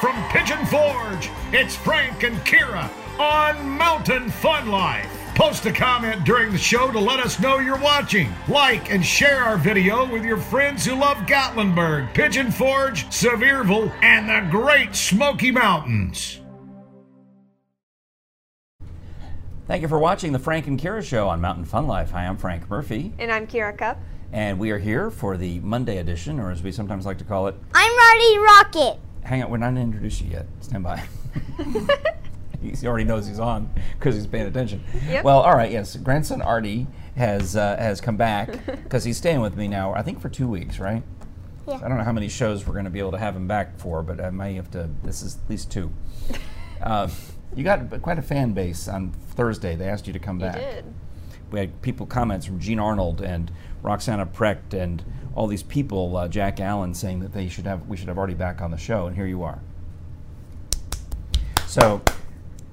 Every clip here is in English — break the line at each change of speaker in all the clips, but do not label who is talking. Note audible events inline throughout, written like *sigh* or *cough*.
from Pigeon Forge, it's Frank and Kira on Mountain Fun Life. Post a comment during the show to let us know you're watching. Like and share our video with your friends who love Gatlinburg, Pigeon Forge, Sevierville, and the Great Smoky Mountains.
Thank you for watching the Frank and Kira Show on Mountain Fun Life. Hi, I'm Frank Murphy,
And I'm Kira Cup.
and we are here for the Monday edition, or as we sometimes like to call it,
I'm Roddy Rocket.
hang out. We're not going to introduce you yet. Stand by. he already knows he's on because he's paying attention.
Yep.
Well, all right. Yes, grandson Artie has uh, has come back because he's staying with me now. I think for two weeks, right?
Yeah.
I don't know how many shows we're going to be able to have him back for, but I may have to. This is at least two. uh, you got b- quite a fan base on Thursday. They asked you to come back. we had people comments from Gene Arnold and Roxana Precht and all these people, uh, Jack Allen, saying that they should have we should have already back on the show, and here you are. So,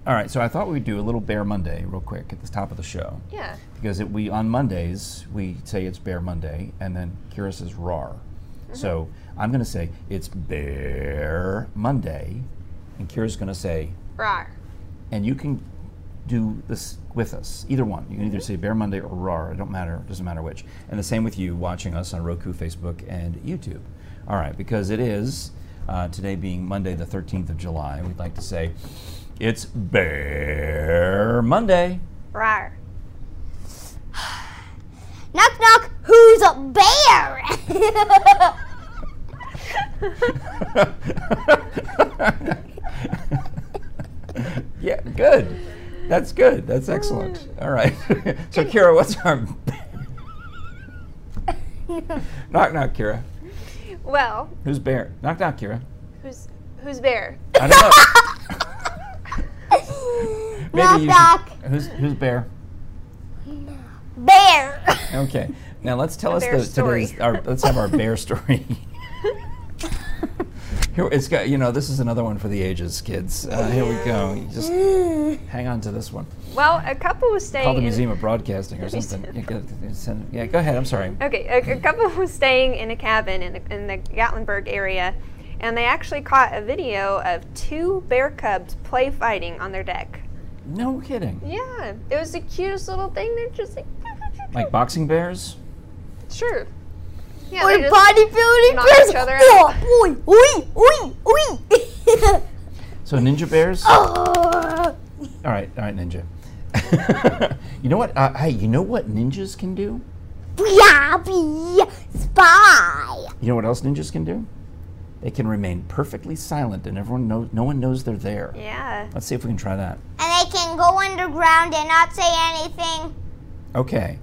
all right. So I thought we'd do a little Bear Monday real quick at the top of the show
Yeah.
because it, we on Mondays we say it's Bear Monday, and then Kira says "rar." So I'm going to say it's Bear Monday, and Kira's going to say
Rar.
and you can do this with us. Either one. You can either say Bear Monday or RAR. It don't matter. It doesn't matter which. And the same with you watching us on Roku, Facebook, and YouTube. All right, because it is uh, today being Monday, the 13th of July. We'd like to say it's Bear Monday. *laughs*
Rar.
Knock knock. Who's a bear?
Yeah, good. That's good. That's excellent. All right. *laughs* so, Kira, what's our *laughs* knock knock, Kira?
Well,
Who's Bear? Knock knock, Kira.
who's who's bear?
I
*laughs*
don't know.
knock
you should-
knock.
Who's who's bear?
Bear.
Okay. Now let's tell us
bear
the
story.
today's our let's have our bear
*laughs*
story. here it's got you know this is another one for the ages kids. Uh, here we go. You just hang on to this one.
Well, a couple was staying.
Call the
in-
Museum of Broadcasting or something. Yeah, go, send- yeah, go ahead. I'm sorry.
Okay, a, a couple *laughs* was staying in a cabin in the, in the Gatlinburg area, and they actually caught a video of two bear cubs play fighting on their deck.
No kidding.
Yeah, it was the cutest little thing. They're just like,
Like boxing bears?
sure. Yeah,
Or
they just-
bodybuilding
knock
press.
each other
Oh, oi, oi, *laughs* oi, oi.
So ninja bears?
Oh.
All right, all right, ninja. *laughs* you know what? Uh, hey, you know what ninjas can do?
Blobby spy.
You know what else ninjas can do? They can remain perfectly silent and everyone knows no one knows they're there.
Yeah.
Let's see if we can try that.
And they can go underground and not say anything.
Okay.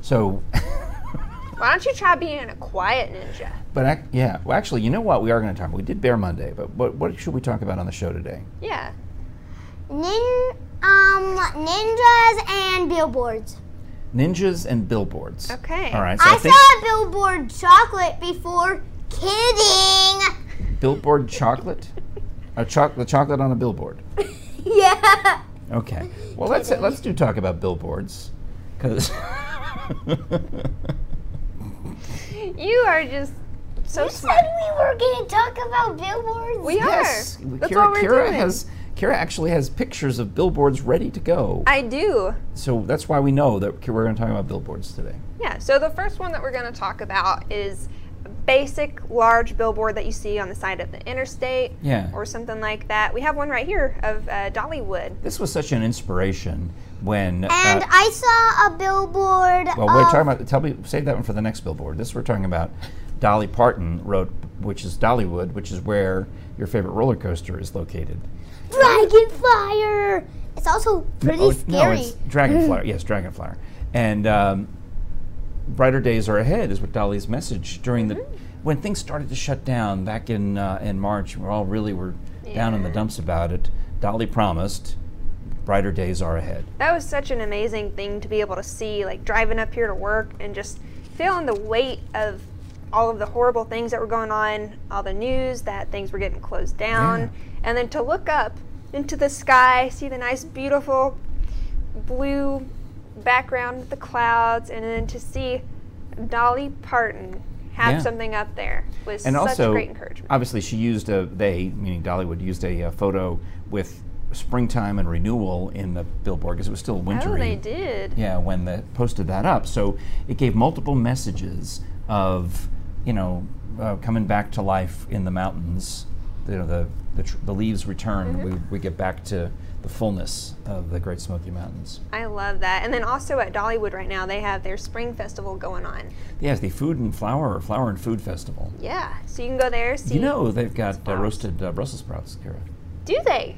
So *laughs*
Why don't you try being a quiet ninja?
but ac- yeah, well actually, you know what? We are going to talk. We did Bear Monday, but what what should we talk about on the show today?
Yeah.
Nin um ninjas and billboards.
Ninjas and billboards.
Okay.
All right. So I,
I
think
saw a billboard chocolate before. Kidding. *laughs*
billboard chocolate. A choc the chocolate on a billboard. *laughs*
Yeah.
Okay. Well, let's let's do talk about billboards *laughs* cuz
You are just so
You
smart.
said we were going to talk about billboards.
We are.
Yes.
That's
Kira,
what we're
Kira
doing.
has Kira actually has pictures of billboards ready to go.
I do.
So that's why we know that we're going to talk about billboards today.
Yeah. So the first one that we're going to talk about is a basic large billboard that you see on the side of the interstate
Yeah.
or something like that. We have one right here of uh, Dollywood.
This was such an inspiration when.
And
uh,
I saw a billboard.
well, we're
of-
talking about. Tell me, save that one for the next billboard. This we're talking about. Dolly Parton wrote, which is Dollywood, which is where your favorite roller coaster is located.
Dragon Fire. It's also pretty
Oh, No,
scary.
it's
*laughs*
Dragonflyer. yes, Dragonflyer. And um, brighter days are ahead is what Dolly's message during the
Mm-hmm.
when things started to shut down back in uh, in March. We all really were down in the dumps about it. Dolly promised, brighter days are ahead.
That was such an amazing thing to be able to see, like driving up here to work and just feeling the weight of all of the horrible things that were going on, all the news that things were getting closed down,
Yeah.
and then to look up into the sky, see the nice, beautiful blue background with the clouds, and then to see Dolly Parton have
Yeah.
something up there was
and
such
also
great encouragement.
obviously she used a they meaning dollywood used a, uh photo with springtime and renewal in the billboard because it was still wintry
oh, they did.
yeah when they posted that up so it gave multiple messages of you know uh, coming back to life in the mountains you know the the, tr- the leaves return
Mm-hmm.
we, we get back to the fullness of the great smoky mountains
I love that. And then also at Dollywood right now, they have their spring festival going on.
yes the food and flower or flower and food festival
Yeah, so you can go there. See,
you know they've got uh,
Sprouts.
roasted uh, brussels sprouts kira
do they?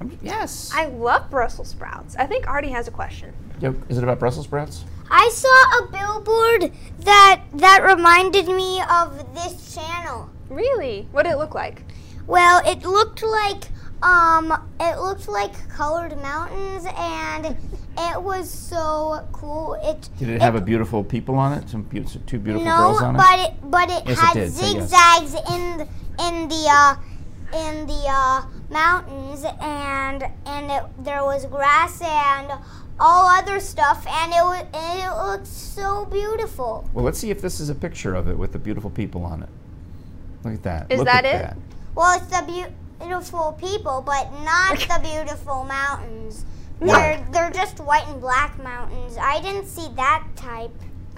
I'm- yes
I love Brussels sprouts. I think Artie has a question.
Yo, is it about Brussels sprouts?
I saw a billboard that that reminded me of this channel.
Really? What did it look like?
Well, it looked like um it looked like colored mountains and it was so cool. It
Did it have a beautiful people on it? Some beau- two beautiful
no,
girls on it?
but it but it
Yes, it
had
did, say yes.
zigzags in the, in the uh in the uh mountains and and it, there was grass and all other stuff and it was and it looked so beautiful.
Well, let's see if this is a picture of it with the beautiful people on it. Look at that.
Is
Look
that
at
it?
That.
Well, it's the beautiful people, but not the beautiful mountains. They're they're just white and black mountains. I didn't see that type.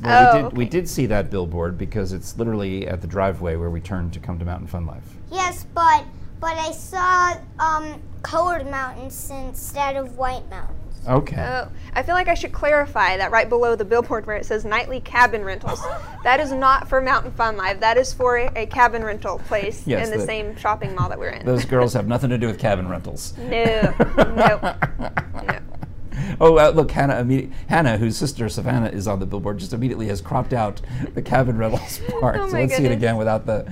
Well, we,
Oh,
did, we
okay.
did see that billboard because it's literally at the driveway where we turn to come to Mountain Fun Life.
Yes, but but I saw um colored mountains instead of white mountains.
Okay.
Oh, I feel like I should clarify that right below the billboard where it says nightly cabin *laughs* rentals. that is not for Mountain Fun Live. That is for a, a cabin rental place
Yes,
in the,
the-
same shopping mall that we're in.
Those girls have nothing to do with cabin rentals.
no, no.
*laughs* Oh, uh, look, Hannah, immedi- Hannah, whose sister Savannah is on the billboard, just immediately has cropped out the cabin rentals part.
*laughs* Oh
so
my
let's see it
goodness.
again without the.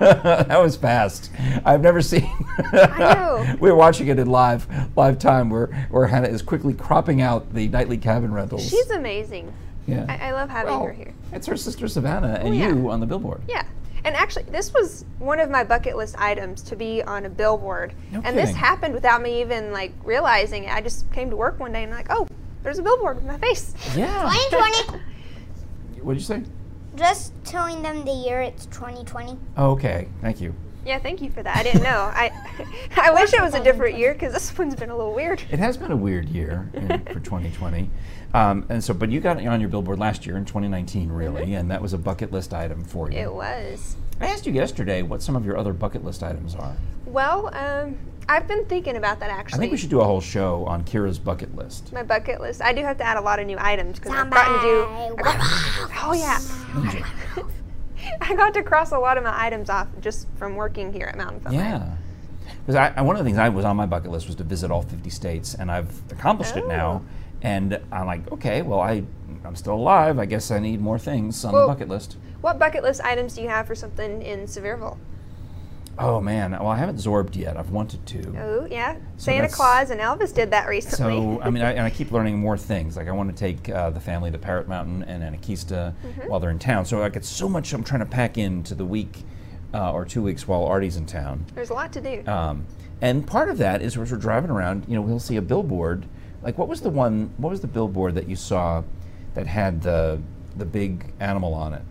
*laughs* that was fast. I've never seen.
I know.
we *laughs* were watching it in live live time where, where Hannah is quickly cropping out the nightly cabin rentals.
She's amazing.
yeah.
I, I love having
Well,
her here. Oh,
It's her sister Savannah and
yeah.
you on the billboard.
Yeah. And actually, this was one of my bucket list items to be on a billboard.
No
and this
kidding.
happened without me even like realizing it. I just came to work one day and like, oh, there's a billboard with my face.
Yeah.
2020.
What'd you say?
just telling them the year it's 2020.
Oh, okay. Thank you.
Yeah, thank you for that. I didn't know. I *laughs* I wish it was a different year because this one's been a little
*laughs*
weird.
It has been a weird year in,
*laughs*
for 2020, um, and so but you got on your billboard last year in 2019, really,
Mm-hmm.
and that was a bucket list item for you.
It was.
I asked you yesterday what some of your other bucket list items are.
Well, um, I've been thinking about that actually.
I think we should do a whole show on Kira's bucket
*laughs*
list.
My bucket list. I do have to add a lot of new items because I've gotten to do. I got- *laughs* oh yeah, I got to cross a lot of my items off just from working here at Mountain Fun. Lab.
Yeah. Because I, I, one of the things I was on my bucket list was to visit all 50 states, and I've accomplished it now.
Oh.
And I'm like, okay, well, I, I'm still alive. I guess I need more things on
Well-
the bucket list.
What bucket list items do you have for something in Sevierville?
Oh, man. Well, I haven't zorbed yet. I've wanted to.
Oh yeah, Santa
that's-
Claus and Elvis did that recently.
So I mean, I, and I keep learning more things. Like I want to take uh, the family to Parrot Mountain and Anakista
Mm-hmm.
while they're in town. So I get so much I'm trying to pack into the week uh, or two weeks while Artie's in town.
*laughs* There's a lot to do.
Um, and part of that is as we're driving around, you know, we'll see a billboard. Like what was the one? What was the billboard that you saw that had the the big animal on it?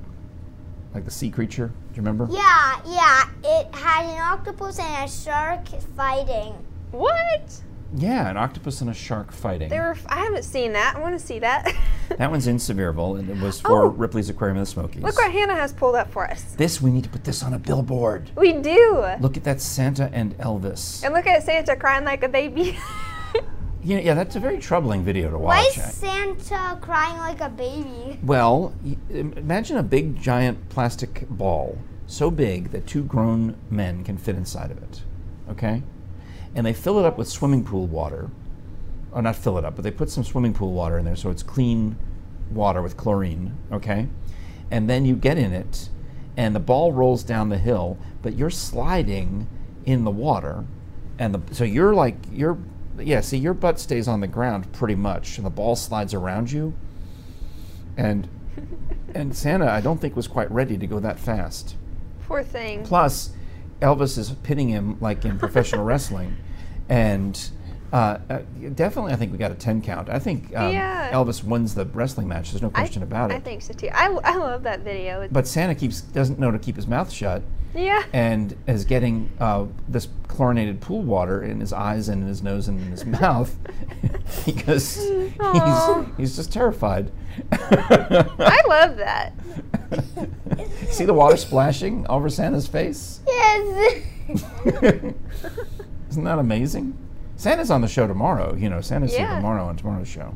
Like the sea creature. Do you remember?
Yeah, yeah. It had an octopus and a shark fighting.
what?
Yeah, an octopus and a shark fighting.
There were. f- I haven't seen that. I want to see that. *laughs*
*laughs* that one's in Sevierville, and it was for
Oh.
Ripley's Aquarium of the Smokies.
Look what Hannah has pulled up for us.
This we need to put this on a billboard.
We do.
Look at that Santa and Elvis.
And look at Santa crying like a baby. *laughs*
Yeah, yeah, that's a very troubling video to
Why
watch.
is Santa crying like a baby? *laughs*
Well, y- im- imagine a big giant plastic ball so big that two grown men can fit inside of it. Okay? And they fill it up with swimming pool water. Or not fill it up, but they put some swimming pool water in there so it's clean water with chlorine, okay? And then you get in it and the ball rolls down the hill, but you're sliding in the water and the so you're like you're yeah, see your butt stays on the ground pretty much and the ball slides around you and and Santa, I don't think was quite ready to go that fast.
Poor thing. *laughs*
Plus, Elvis is pinning him like in professional wrestling, and Uh, uh, definitely, I think we got a 10 count. I think um,
Yeah.
Elvis wins the wrestling match. There's no question about it.
I think so too. I, I love that video. It's,
but Santa keeps doesn't know to keep his mouth shut
yeah.
and is getting uh, this chlorinated pool water in his eyes and in his nose and in
*laughs*
his mouth *laughs* because
Aw.
he's, he's just terrified.
I love that.
*laughs* See the water splashing over Santa's
*laughs*
face?
Yes. *laughs*
Isn't that amazing? Santa's on the show tomorrow. You know, Santa's here
Yeah.
tomorrow on tomorrow's show.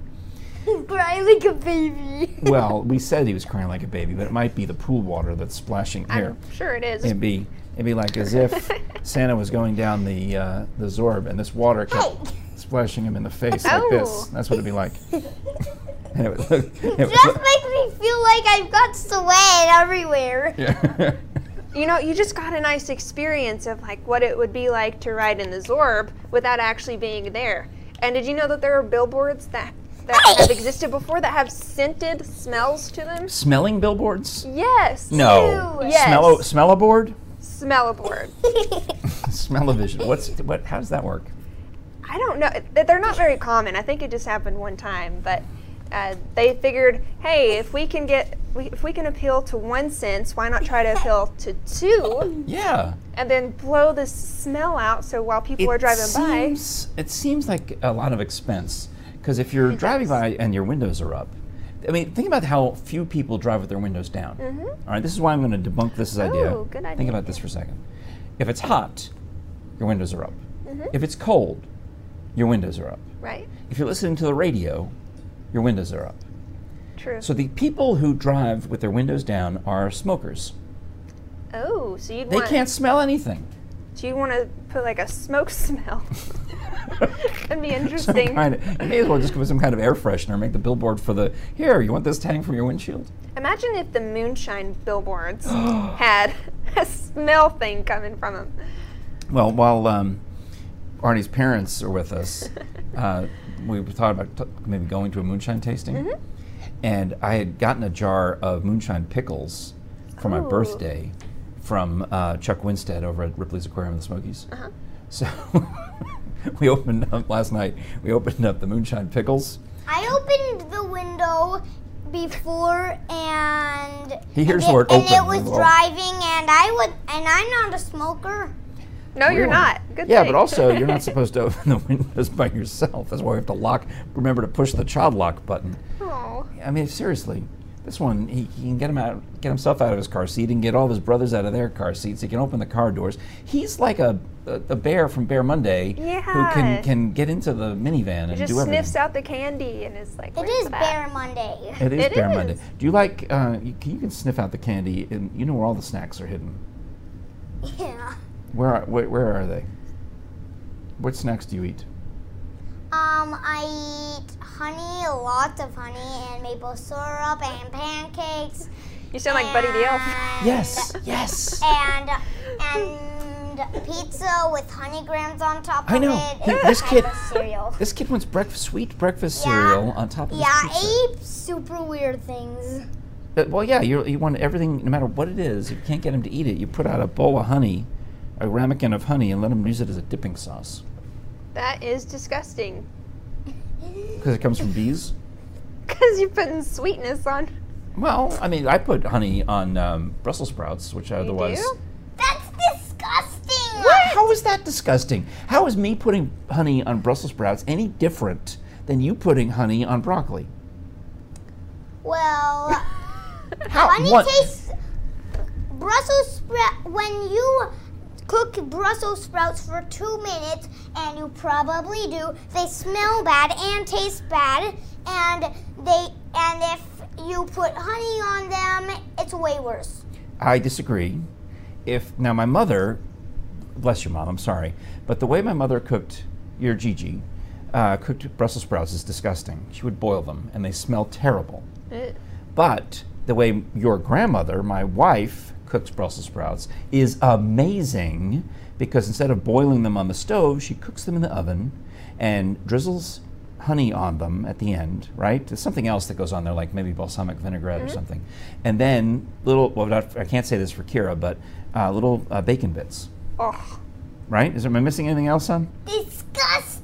He's crying like a baby.
Well, we said he was crying like a baby, but it might be the pool water that's splashing here.
I'm sure it is.
It'd be it'd be like as
*laughs*
if Santa was going down the uh, the Zorb and this water kept splashing him in the face like this.
Oh.
That's what it'd be
*laughs*
like. *laughs* and it would look. It would
Just
look *laughs*
makes me feel like I've got sweat everywhere.
yeah.
You know, you just got a nice experience of like what it would be like to ride in the Zorb without actually being there. And did you know that there are billboards that that have existed before that have scented smells to them?
Smelling billboards?
Yes.
No.
Yes.
Smell smell a board?
Smell aboard.
Smell a vision. What's what how does that work?
I don't know. Th- They're not very common. I think it just happened one time, but uh, they figured, hey, if we can get, we, if we can appeal to one sense, why not try to appeal to two,
Yeah.
and then blow the smell out? So while people are driving by,
seems, It seems like a lot of expense because if you're driving by and your windows are up, I mean, think about how few people drive with their windows down. All right, this is why I'm going to debunk this idea.
Mm-hmm. Ooh, good
Think
idea.
about this for a second. If it's hot, your windows are up.
Mm-hmm.
If it's cold, your windows are up.
right?
If you're listening to the radio, your windows are up.
True.
So the people who drive with their windows down are smokers.
oh, so you'd
They
want,
can't smell
*laughs*
anything.
so you want to put like a smoke *laughs* smell? That'd be
*laughs* some
interesting.
kind of, you may as well just give it some kind of air freshener. Make the billboard for the here. You want this hanging from your windshield?
Imagine if the moonshine
*gasps*
billboards had *laughs* a smell thing coming from them.
Well, while um, Arnie's parents are with us, uh, we thought about t- maybe going to a moonshine tasting, and I had gotten a jar of moonshine pickles for my
Ooh.
birthday from uh, Chuck Winstead over at Ripley's Aquarium in the Smokies. So *laughs* we opened up last night. We opened up the moonshine pickles.
I opened the window before and
He hears
and
the word
and
open.
it was driving and I would and I'm not a smoker.
No, you're
Really?
not. Good
Yeah,
thing.
but
*laughs*
also you're not supposed to open the windows by yourself. That's why we have to lock. Remember to push the child lock button.
Aw.
I mean, seriously, this one he, he can get him out, get himself out of his car seat, and get all of his brothers out of their car seats. He can open the car doors. He's like a a, a bear from Bear Monday who
Yeah.
can can get into the minivan and
just
do everything.
sniffs out the candy and is like,
It
"Where's
is
that?"
Bear Monday. *laughs*
it is
It
Bear Monday.
is.
Do you like? Uh, you, can, you can sniff out the candy, and you know where all the snacks are hidden.
Yeah.
Where are, where, where are they? What snacks do you eat?
Um, I eat honey, lots of honey, and maple syrup and pancakes.
You sound like Buddy the
*laughs*
Elf.
and-
Yes, yes.
And and pizza with honey grams on top
I know.
of it.
He-
and
this kid-
breakfast cereal.
This kid wants breakfast, sweet breakfast
Yeah.
cereal on top of
Yeah,
his pizza.
I eat super weird things.
Uh, well, yeah, you you want everything, no matter what it is. If you can't get him to eat it, you put out a bowl of honey, a ramekin of honey, and let him use it as a dipping sauce
That is disgusting. *laughs*
because it comes from bees.
Because you're putting sweetness on.
Well, I mean, I put honey on um, Brussels sprouts, which I otherwise.
do?
That's disgusting.
How is that disgusting? How is me putting honey on Brussels sprouts any different than you putting honey on broccoli?
*laughs* Well,
How?
honey
what-
tastes. Brussels sprout. When you cook Brussels sprouts for two minutes, and you probably do, they smell bad and taste bad, and they and if you put honey on them, it's way worse.
I disagree. If now my mother, bless your mom, I'm sorry, but the way my mother cooked your Gigi, uh, cooked Brussels sprouts is disgusting. She would boil them, and they smell terrible.
Ugh.
But the way your grandmother, my wife, cooks Brussels sprouts is amazing because instead of boiling them on the stove, she cooks them in the oven and drizzles honey on them at the end, right? There's something else that goes on there, like maybe balsamic vinaigrette or something. And then little, well, not, I can't say this for Kira, but uh, little uh, bacon bits,
Oh,
right? Is there, am I missing anything else, son?
Disgusting.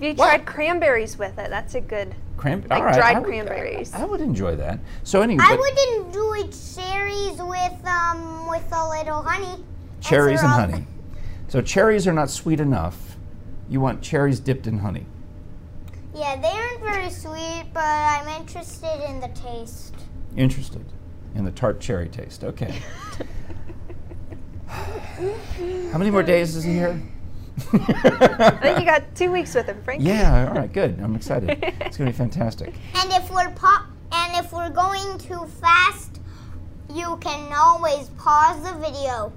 If you tried cranberries with it, that's a good.
Cram-
Like
all right,
dried
I would-
cranberries.
I, would enjoy that. So anyway,
I
but
would enjoy cherries with um with a little honey.
cherries and
syrup.
honey. So cherries are not sweet enough. You want cherries dipped in honey.
Yeah, they aren't very sweet, but I'm interested in the taste.
Interested in the tart cherry taste.
*laughs*
Okay. How many more days is he here?
*laughs* I think you got two weeks with them, Frank.
yeah. All right. Good. I'm excited. It's going to be fantastic.
And if we're pop, and if we're going too fast, you can always pause the video.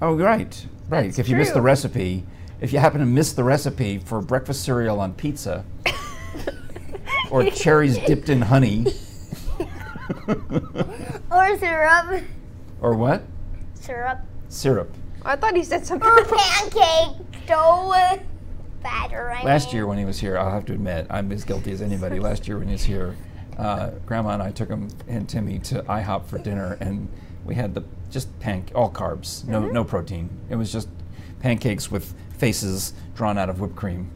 Oh, right, right.
That's
if you miss the
true.
recipe, if you happen to miss the recipe for breakfast cereal on
*laughs*
pizza, or cherries dipped in honey,
Or syrup.
or what?
Syrup.
Syrup.
Oh, I thought he said
*laughs*
something.
Or pancake dough batter. I
Last
mean.
year when he was here, I'll have to admit, I'm as guilty as anybody. Last year when he was here, uh, Grandma and I took him and Timmy to IHOP for dinner, and we had the just pancake, all carbs, no no protein. It was just pancakes with faces drawn out of whipped cream,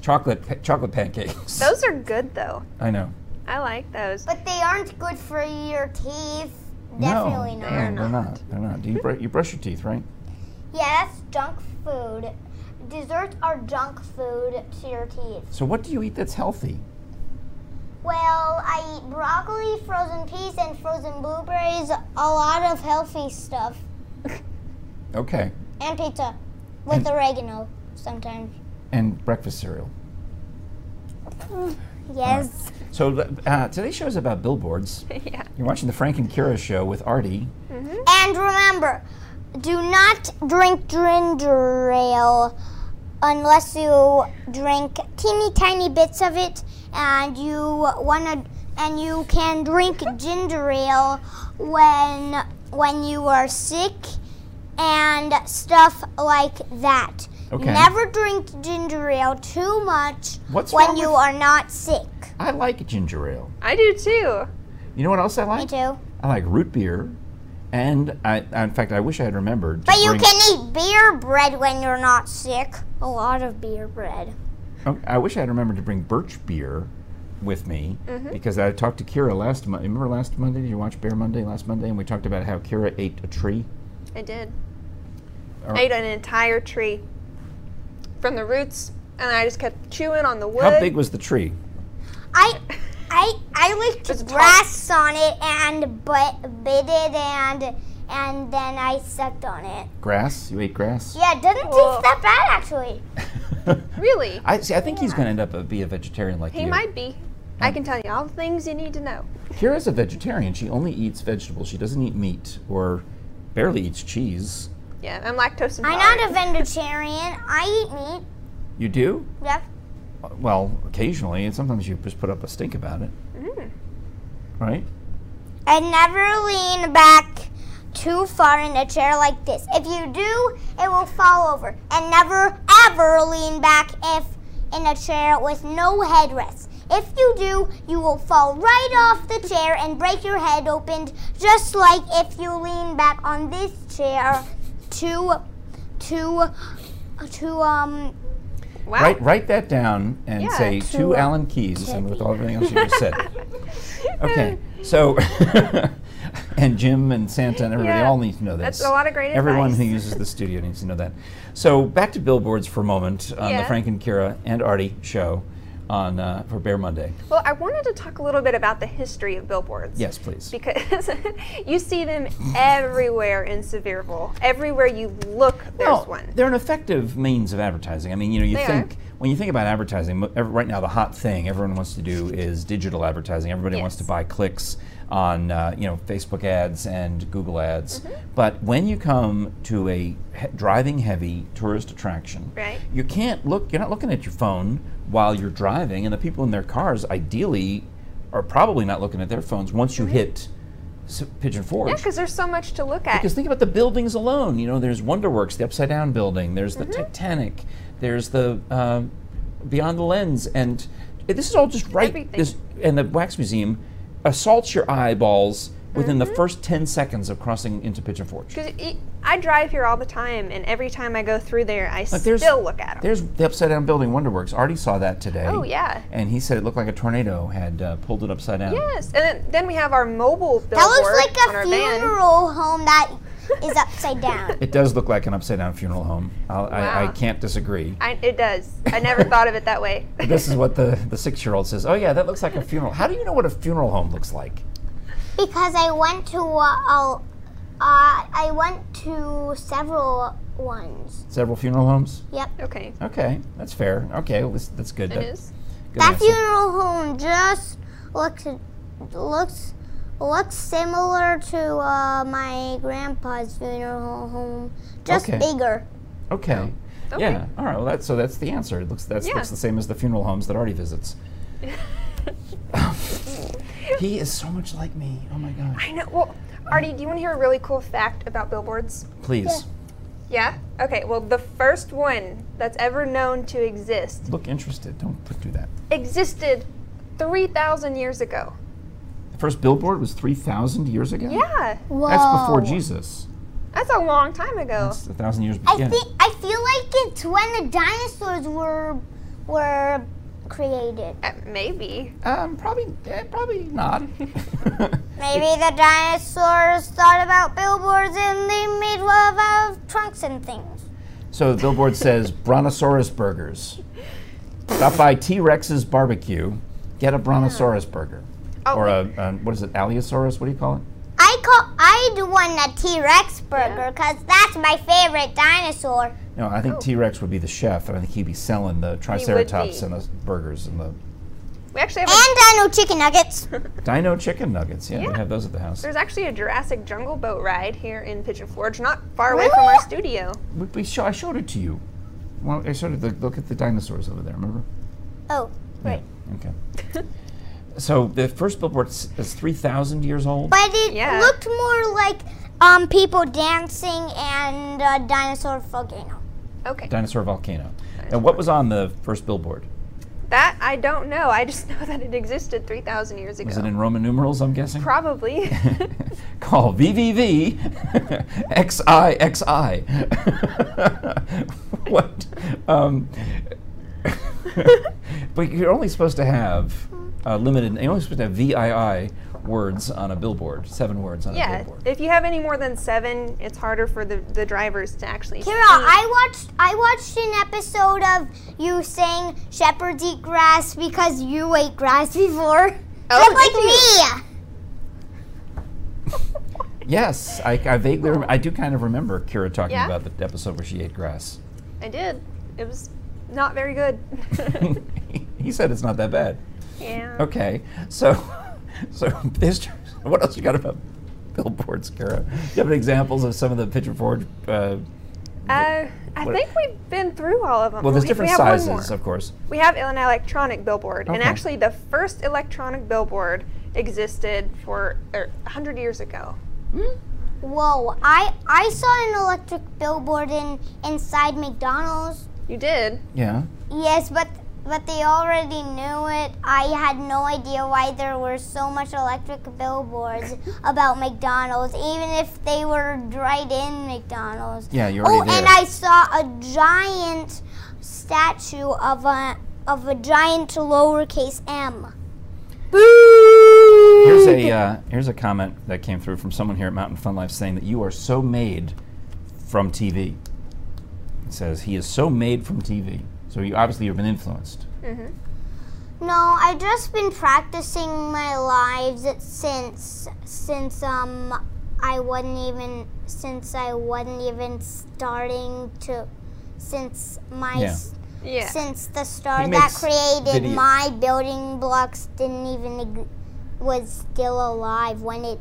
chocolate pa- chocolate pancakes.
Those are good though.
I know.
I like those.
But they aren't good for your teeth.
No,
Definitely
no,
not.
they're not. They're not. Do you, br- you brush your teeth, right?
Yeah, that's junk food. Desserts are junk food to your teeth.
So what do you eat that's healthy?
Well, I eat broccoli, frozen peas, and frozen blueberries. A lot of healthy stuff.
Okay.
And pizza. With oregano sometimes.
And breakfast cereal.
Yes.
So uh, today's show is about billboards.
*laughs* yeah.
You're watching the Frank and Kira show with Artie.
And remember, do not drink ginger ale unless you drink teeny tiny bits of it and you wanna and you can drink ginger ale when when you are sick and stuff like that.
Okay.
Never drink ginger ale too much
What's
when
wrong
you
with-
are not sick.
I like ginger ale.
I do too.
You know what else I
Me
like?
too.
I like root beer. And I, I- in fact, I wish I had remembered. to
But you
bring-
can eat beer bread when you're not sick. A lot of beer bread.
Oh, I wish I had remembered to bring birch beer with me
Mm-hmm.
because I talked to Kira last Monday. Remember last Monday? Did you watch Bear Monday last Monday? And we talked about how Kira ate a tree.
I did.
Or-
I ate an entire tree from the roots, and I just kept chewing on the wood.
How big was the tree?
I I I licked
It's tough.
grass on it and bit, bit it and and then I sucked on it.
Grass? You ate grass?
Yeah, it doesn't
Whoa.
taste that bad actually.
Really?
*laughs* I see. I think he's going to end up a, be a vegetarian like
He
you.
might be. I can tell you all the things you need to know.
Kira's a vegetarian. She only eats vegetables. She doesn't eat meat or barely eats cheese.
Yeah, I'm lactose intolerant.
I'm not a vegetarian. I eat meat.
You do?
Yep.
Uh, Well, occasionally, and sometimes you just put up a stink about it.
Mm.
Right?
I never lean back too far in a chair like this. If you do, it will fall over. And never ever lean back if in a chair with no headrest. If you do, you will fall right off the chair and break your head open, just like if you lean back on this chair too too too um
wow.
Write write that down and
Ah. Yeah,
say
to,
two
uh,
Allen keys, and with all everything else you just
*laughs*
said. okay, so *laughs* and Jim and Santa and everybody
Yeah,
all need to know this.
that's a lot of great
Everyone who
advice.
uses the studio needs to know that. So back to billboards for a moment on the
Yeah.
Frank and Kira and Artie show on uh, for Bear Monday.
Well, I wanted to talk a little bit about the history of billboards.
Yes, please.
Because *laughs* you see them everywhere in Sevierville. Everywhere you look, there's
Well,
one.
Oh, They're an effective means of advertising. I mean, you know, you
They
think
are.
when you think about advertising, mo- ev- right now the hot thing everyone wants to do is digital advertising. Everybody wants to
Yes.
buy clicks on uh, you know Facebook ads and Google ads.
Mm-hmm.
But when you come to a he- driving heavy tourist attraction,
Right.
you can't look. You're not looking at your phone while you're driving, and the people in their cars ideally are probably not looking at their phones once you hit S- Pigeon Forge.
Mm-hmm. Yeah, because there's so much to look at.
Because think about the buildings alone. You know, there's Wonderworks, the Upside Down building. There's the
Mm-hmm.
Titanic. There's the um, Beyond the Lens, and this is all just right.
Everything.
This, and the Wax Museum assaults your eyeballs within
Mm-hmm.
the first 10 seconds of crossing into Pigeon Forge.
Because I drive here all the time, and every time I go through there, I
Like, there's-
still look at them.
There's the upside down building Wonderworks. Artie saw that today.
Oh, yeah.
And he said it looked like a tornado had uh, pulled it upside down.
Yes, and then, then we have our mobile billboard
That looks like
on
a
our van.
funeral home that is upside down.
It does look like an upside down funeral home. I'll, I, I
Wow.
can't disagree.
I, it does. I never thought of it
*laughs*
that way.
This is what the, the six year old says. Oh, yeah, that looks like a funeral. How do you know what a funeral home looks like?
Because I went to uh, oh, uh, I went to several ones.
Several funeral homes?
Yep.
*laughs*
*laughs*
Okay,
Okay, that's fair. Okay, well, that's, that's good.
it is.
good
That
answer.
funeral home just looks looks looks similar to uh, my grandpa's funeral home, just
Okay.
bigger.
Okay.
Okay.
Yeah. All right. Well, that's so that's the answer. It looks that's
Yeah.
looks the same as the funeral homes that Artie visits. he is so much like me. Oh my gosh.
I know. Well, Artie, do you want to hear a really cool fact about billboards?
Please
Yeah? Okay, well, the first one that's ever known to exist
look interested. Don't put- do that.
existed 3,000 years ago.
The first billboard was three thousand years ago.
Yeah,
Whoa.
That's
Oh.
before Jesus.
that's a long time ago.
That's a thousand years.
I
before.
think I feel like it's when the dinosaurs were were created.
Uh, maybe.
Um, probably, eh, probably not.
Maybe the dinosaurs thought about billboards and they made love out of trunks and things.
so the billboard says Brontosaurus burgers. Stop by T Rex's barbecue. Get a Brontosaurus burger.
Oh,
Or a, a what is it? Allosaurus? What do you call it?
I call I do want a T Rex burger because that's my favorite dinosaur.
No, I think T Rex would be the chef, and I think he'd be selling the Triceratops
be.
and the burgers and the
We actually have a,
And Dino
*laughs*
chicken nuggets.
Dino chicken nuggets. Yeah, we have those at the house.
there's actually a Jurassic Jungle boat ride here in Pigeon Forge, not far away from our
Really?
studio.
We, we show, I showed it to you. Well, I showed it. The, look at the dinosaurs over there. Remember?
oh,
Right. Okay. *laughs* so the first billboard s- is three thousand years old.
but it
Yeah.
looked more like um people dancing and a dinosaur volcano.
Okay,
Dinosaur volcano. And what was on the first billboard?
that I don't know. I just *laughs* know that it existed 3,000 years ago.
Was it in Roman numerals? I'm guessing. *laughs*
Probably. *laughs*
Call VVV *laughs* XIXI. *laughs* what? Um, *laughs* but you're only supposed to have uh, limited, you're only supposed to have VII words on a billboard, seven words on a
yeah,
billboard.
if you have any more than seven, it's harder for the, the drivers to actually
Kira,
see.
I watched I watched an episode of you saying shepherds eat grass because you ate grass before.
Oh,
Just
did
like
you?
me.
Yes, I, I vaguely, rem- I do kind of remember Kira talking
Yeah?
about the episode where she ate grass.
*laughs*
*laughs*
I did. It was not very good. *laughs*
he said it's not that bad.
yeah.
Okay, so, *laughs* so history, what else you got about billboards, Kara? Do you have examples of some of the picture forward? Uh,
Uh, I
What-
think we've been through all of them.
well, there's
we,
different
we have One
sizes,
more.
of course.
We have an electronic billboard, and
Okay.
actually, the first electronic billboard existed for er, 100 years ago.
Whoa, I I saw an electric billboard in inside McDonald's.
You did?
Yeah.
Yes, but but they already knew it. I had no idea why there were so much electric
*laughs*
billboards about McDonald's, even if they were right in McDonald's.
Yeah, you're
Oh,
already
and
there.
I saw a giant statue of a of a giant lowercase m. Boo!
Here's a uh, here's a comment that came through from someone here at Mountain Fun Life saying that you are so made from TV. It says he is so made from TV. So you obviously you've been influenced.
No, I've just been practicing my lives since since um I wasn't even since I wasn't even starting to since my
Yeah.
s-
Yeah.
since the star
He
that
makes
created
videos.
my building blocks didn't even eg- was still alive when it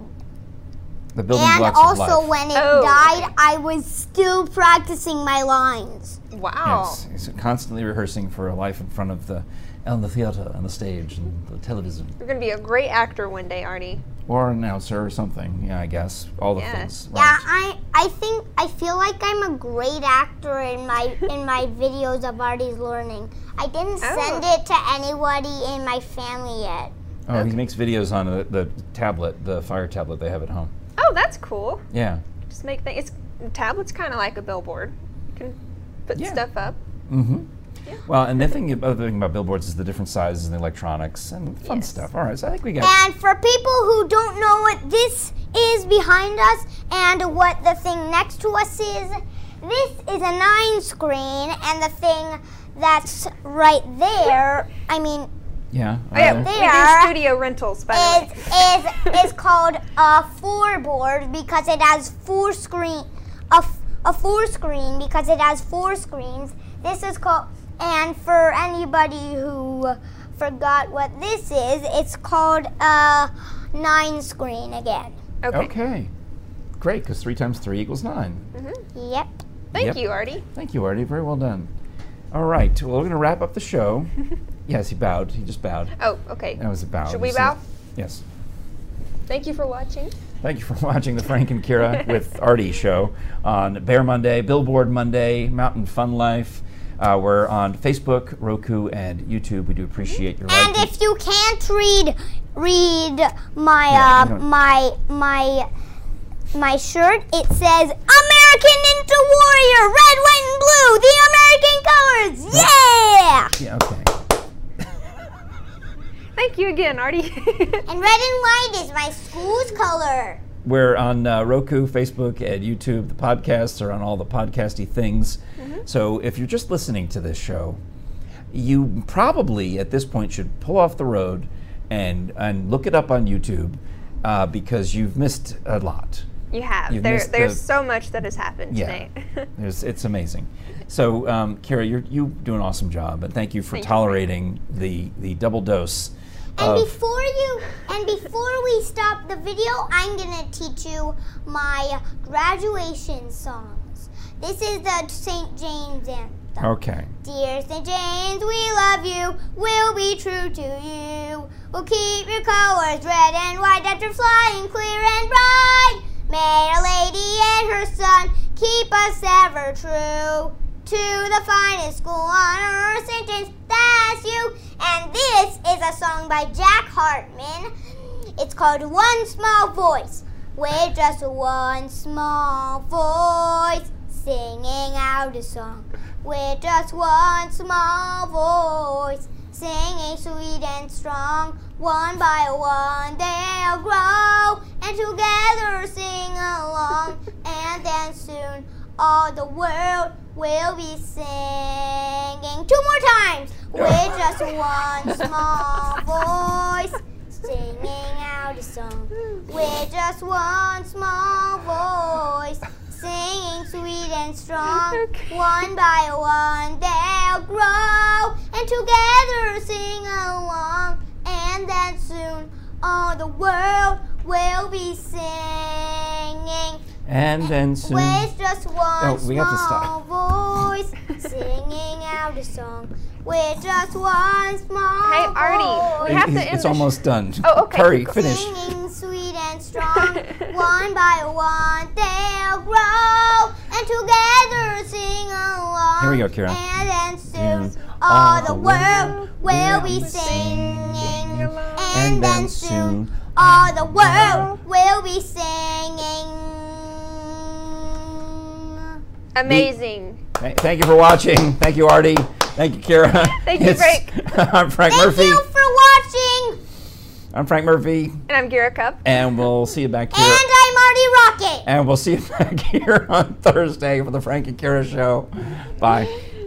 The building
and
blocks of
also
life.
when it
Oh,
died I was still practicing my lines.
wow.
Yes, he's constantly rehearsing for a life in front of the on the theater and the stage and the television
You're going to be a great actor one day, Artie.
or an announcer or something. Yeah, I guess all the
Yeah.
things.
Yeah,
Right.
I I think I feel like I'm a great actor in my in my videos of Artie's learning. I didn't send
Oh.
it to anybody in my family yet.
Oh, he makes videos on the, the tablet, the Fire tablet they have at home.
Oh, that's cool.
Yeah.
Just make things. It's tablet's kind of like a billboard. You can put
Yeah.
stuff up.
Mm-hmm.
Yeah.
Well, and the thing, the other thing about billboards is the different sizes and the electronics and fun
Yes.
stuff. All right, so I think we got.
And for people who don't know what this is behind us and what the thing next to us is, this is a nine screen, and the thing that's right there, I mean,
Yeah. uh, all
Oh, yeah,
right.
There.
we do studio rentals, by the
is
way.
is is called a four board because it has four screen, a, f- a four screen because it has four screens. This is called, and for anybody who forgot what this is, it's called a nine screen again.
Okay.
Okay. Great, because three times three equals nine.
Mm-hmm.
Yep.
Thank
Yep.
you, Artie.
Thank you, Artie. Very well done. All right. Well, we're going to wrap up the
*laughs*
show. yes, he bowed. He just bowed.
Oh, okay.
That was a bow.
Should we
Just a-
bow?
Yes.
Thank you for watching.
Thank you for watching the Frank and Kira with Artie show on Bear Monday, Billboard Monday, Mountain Fun Life. Uh, we're on Facebook, Roku, and YouTube. We do appreciate your
And
liking.
if you can't read read my
Yeah, you
uh,
don't-
my my my shirt, it says American Ninja Warrior, red, white, and blue, the American colors. Yeah!
Yeah, okay.
Thank you again, Artie.
And red and white is my school's color.
We're on uh, Roku, Facebook, and YouTube. The podcasts are on all the podcasty things. So if you're just listening to this show, you probably at this point should pull off the road and and look it up on YouTube uh, because you've missed a lot.
*laughs* you have.
You
there,
missed
there's
the-
so much that has happened
Yeah.
today.
There's, it's amazing. So, um, Kara, you're, you do an awesome job, and thank you for
Thank you.
tolerating the the double dose.
And
of,
before you and before we stop the video, I'm gonna teach you my graduation songs. This is the St. James anthem.
okay.
Dear St. James, we love you. We'll be true to you. We'll keep your colors red and white after flying clear and bright. May Our Lady and her Son keep us ever true. To the finest school on earth, St. James, that's you. And this is a song by Jack Hartman. It's called One Small Voice. With just one small voice, singing out a song. With just one small voice, singing sweet and strong. One by one they'll grow, and together sing along. and then soon all the world will be singing. Two more times. With just one small voice, singing out a song. With just one small voice, singing sweet and strong.
Okay.
One by one they'll grow, and together sing along. And then soon all the world will be singing.
And then soon.
With just one
Oh, we
small
have to stop. *laughs*
voice singing out a song. With just one
*laughs*
small
Hey, Artie, we
voice,
have
It- it's
to end
it's
the sh-
almost done.
Oh, okay.
Hurry, finish.
singing sweet and strong. one by one they'll grow and together sing along.
Here we go, Kira.
And then soon
Soon
all the world will be singing. And then soon all the world will be singing.
Amazing.
Th- Thank you for watching. Thank you, Artie. Thank you, Kira.
Thank you,
Frank. *laughs* I'm Frank
Thank
Murphy.
you for watching,
I'm Frank Murphy,
And I'm Gira Cup.
and we'll see you back here.
and I'm Marty Rocket.
*laughs* and we'll see you back here on Thursday for the Frank and Kira show. Bye.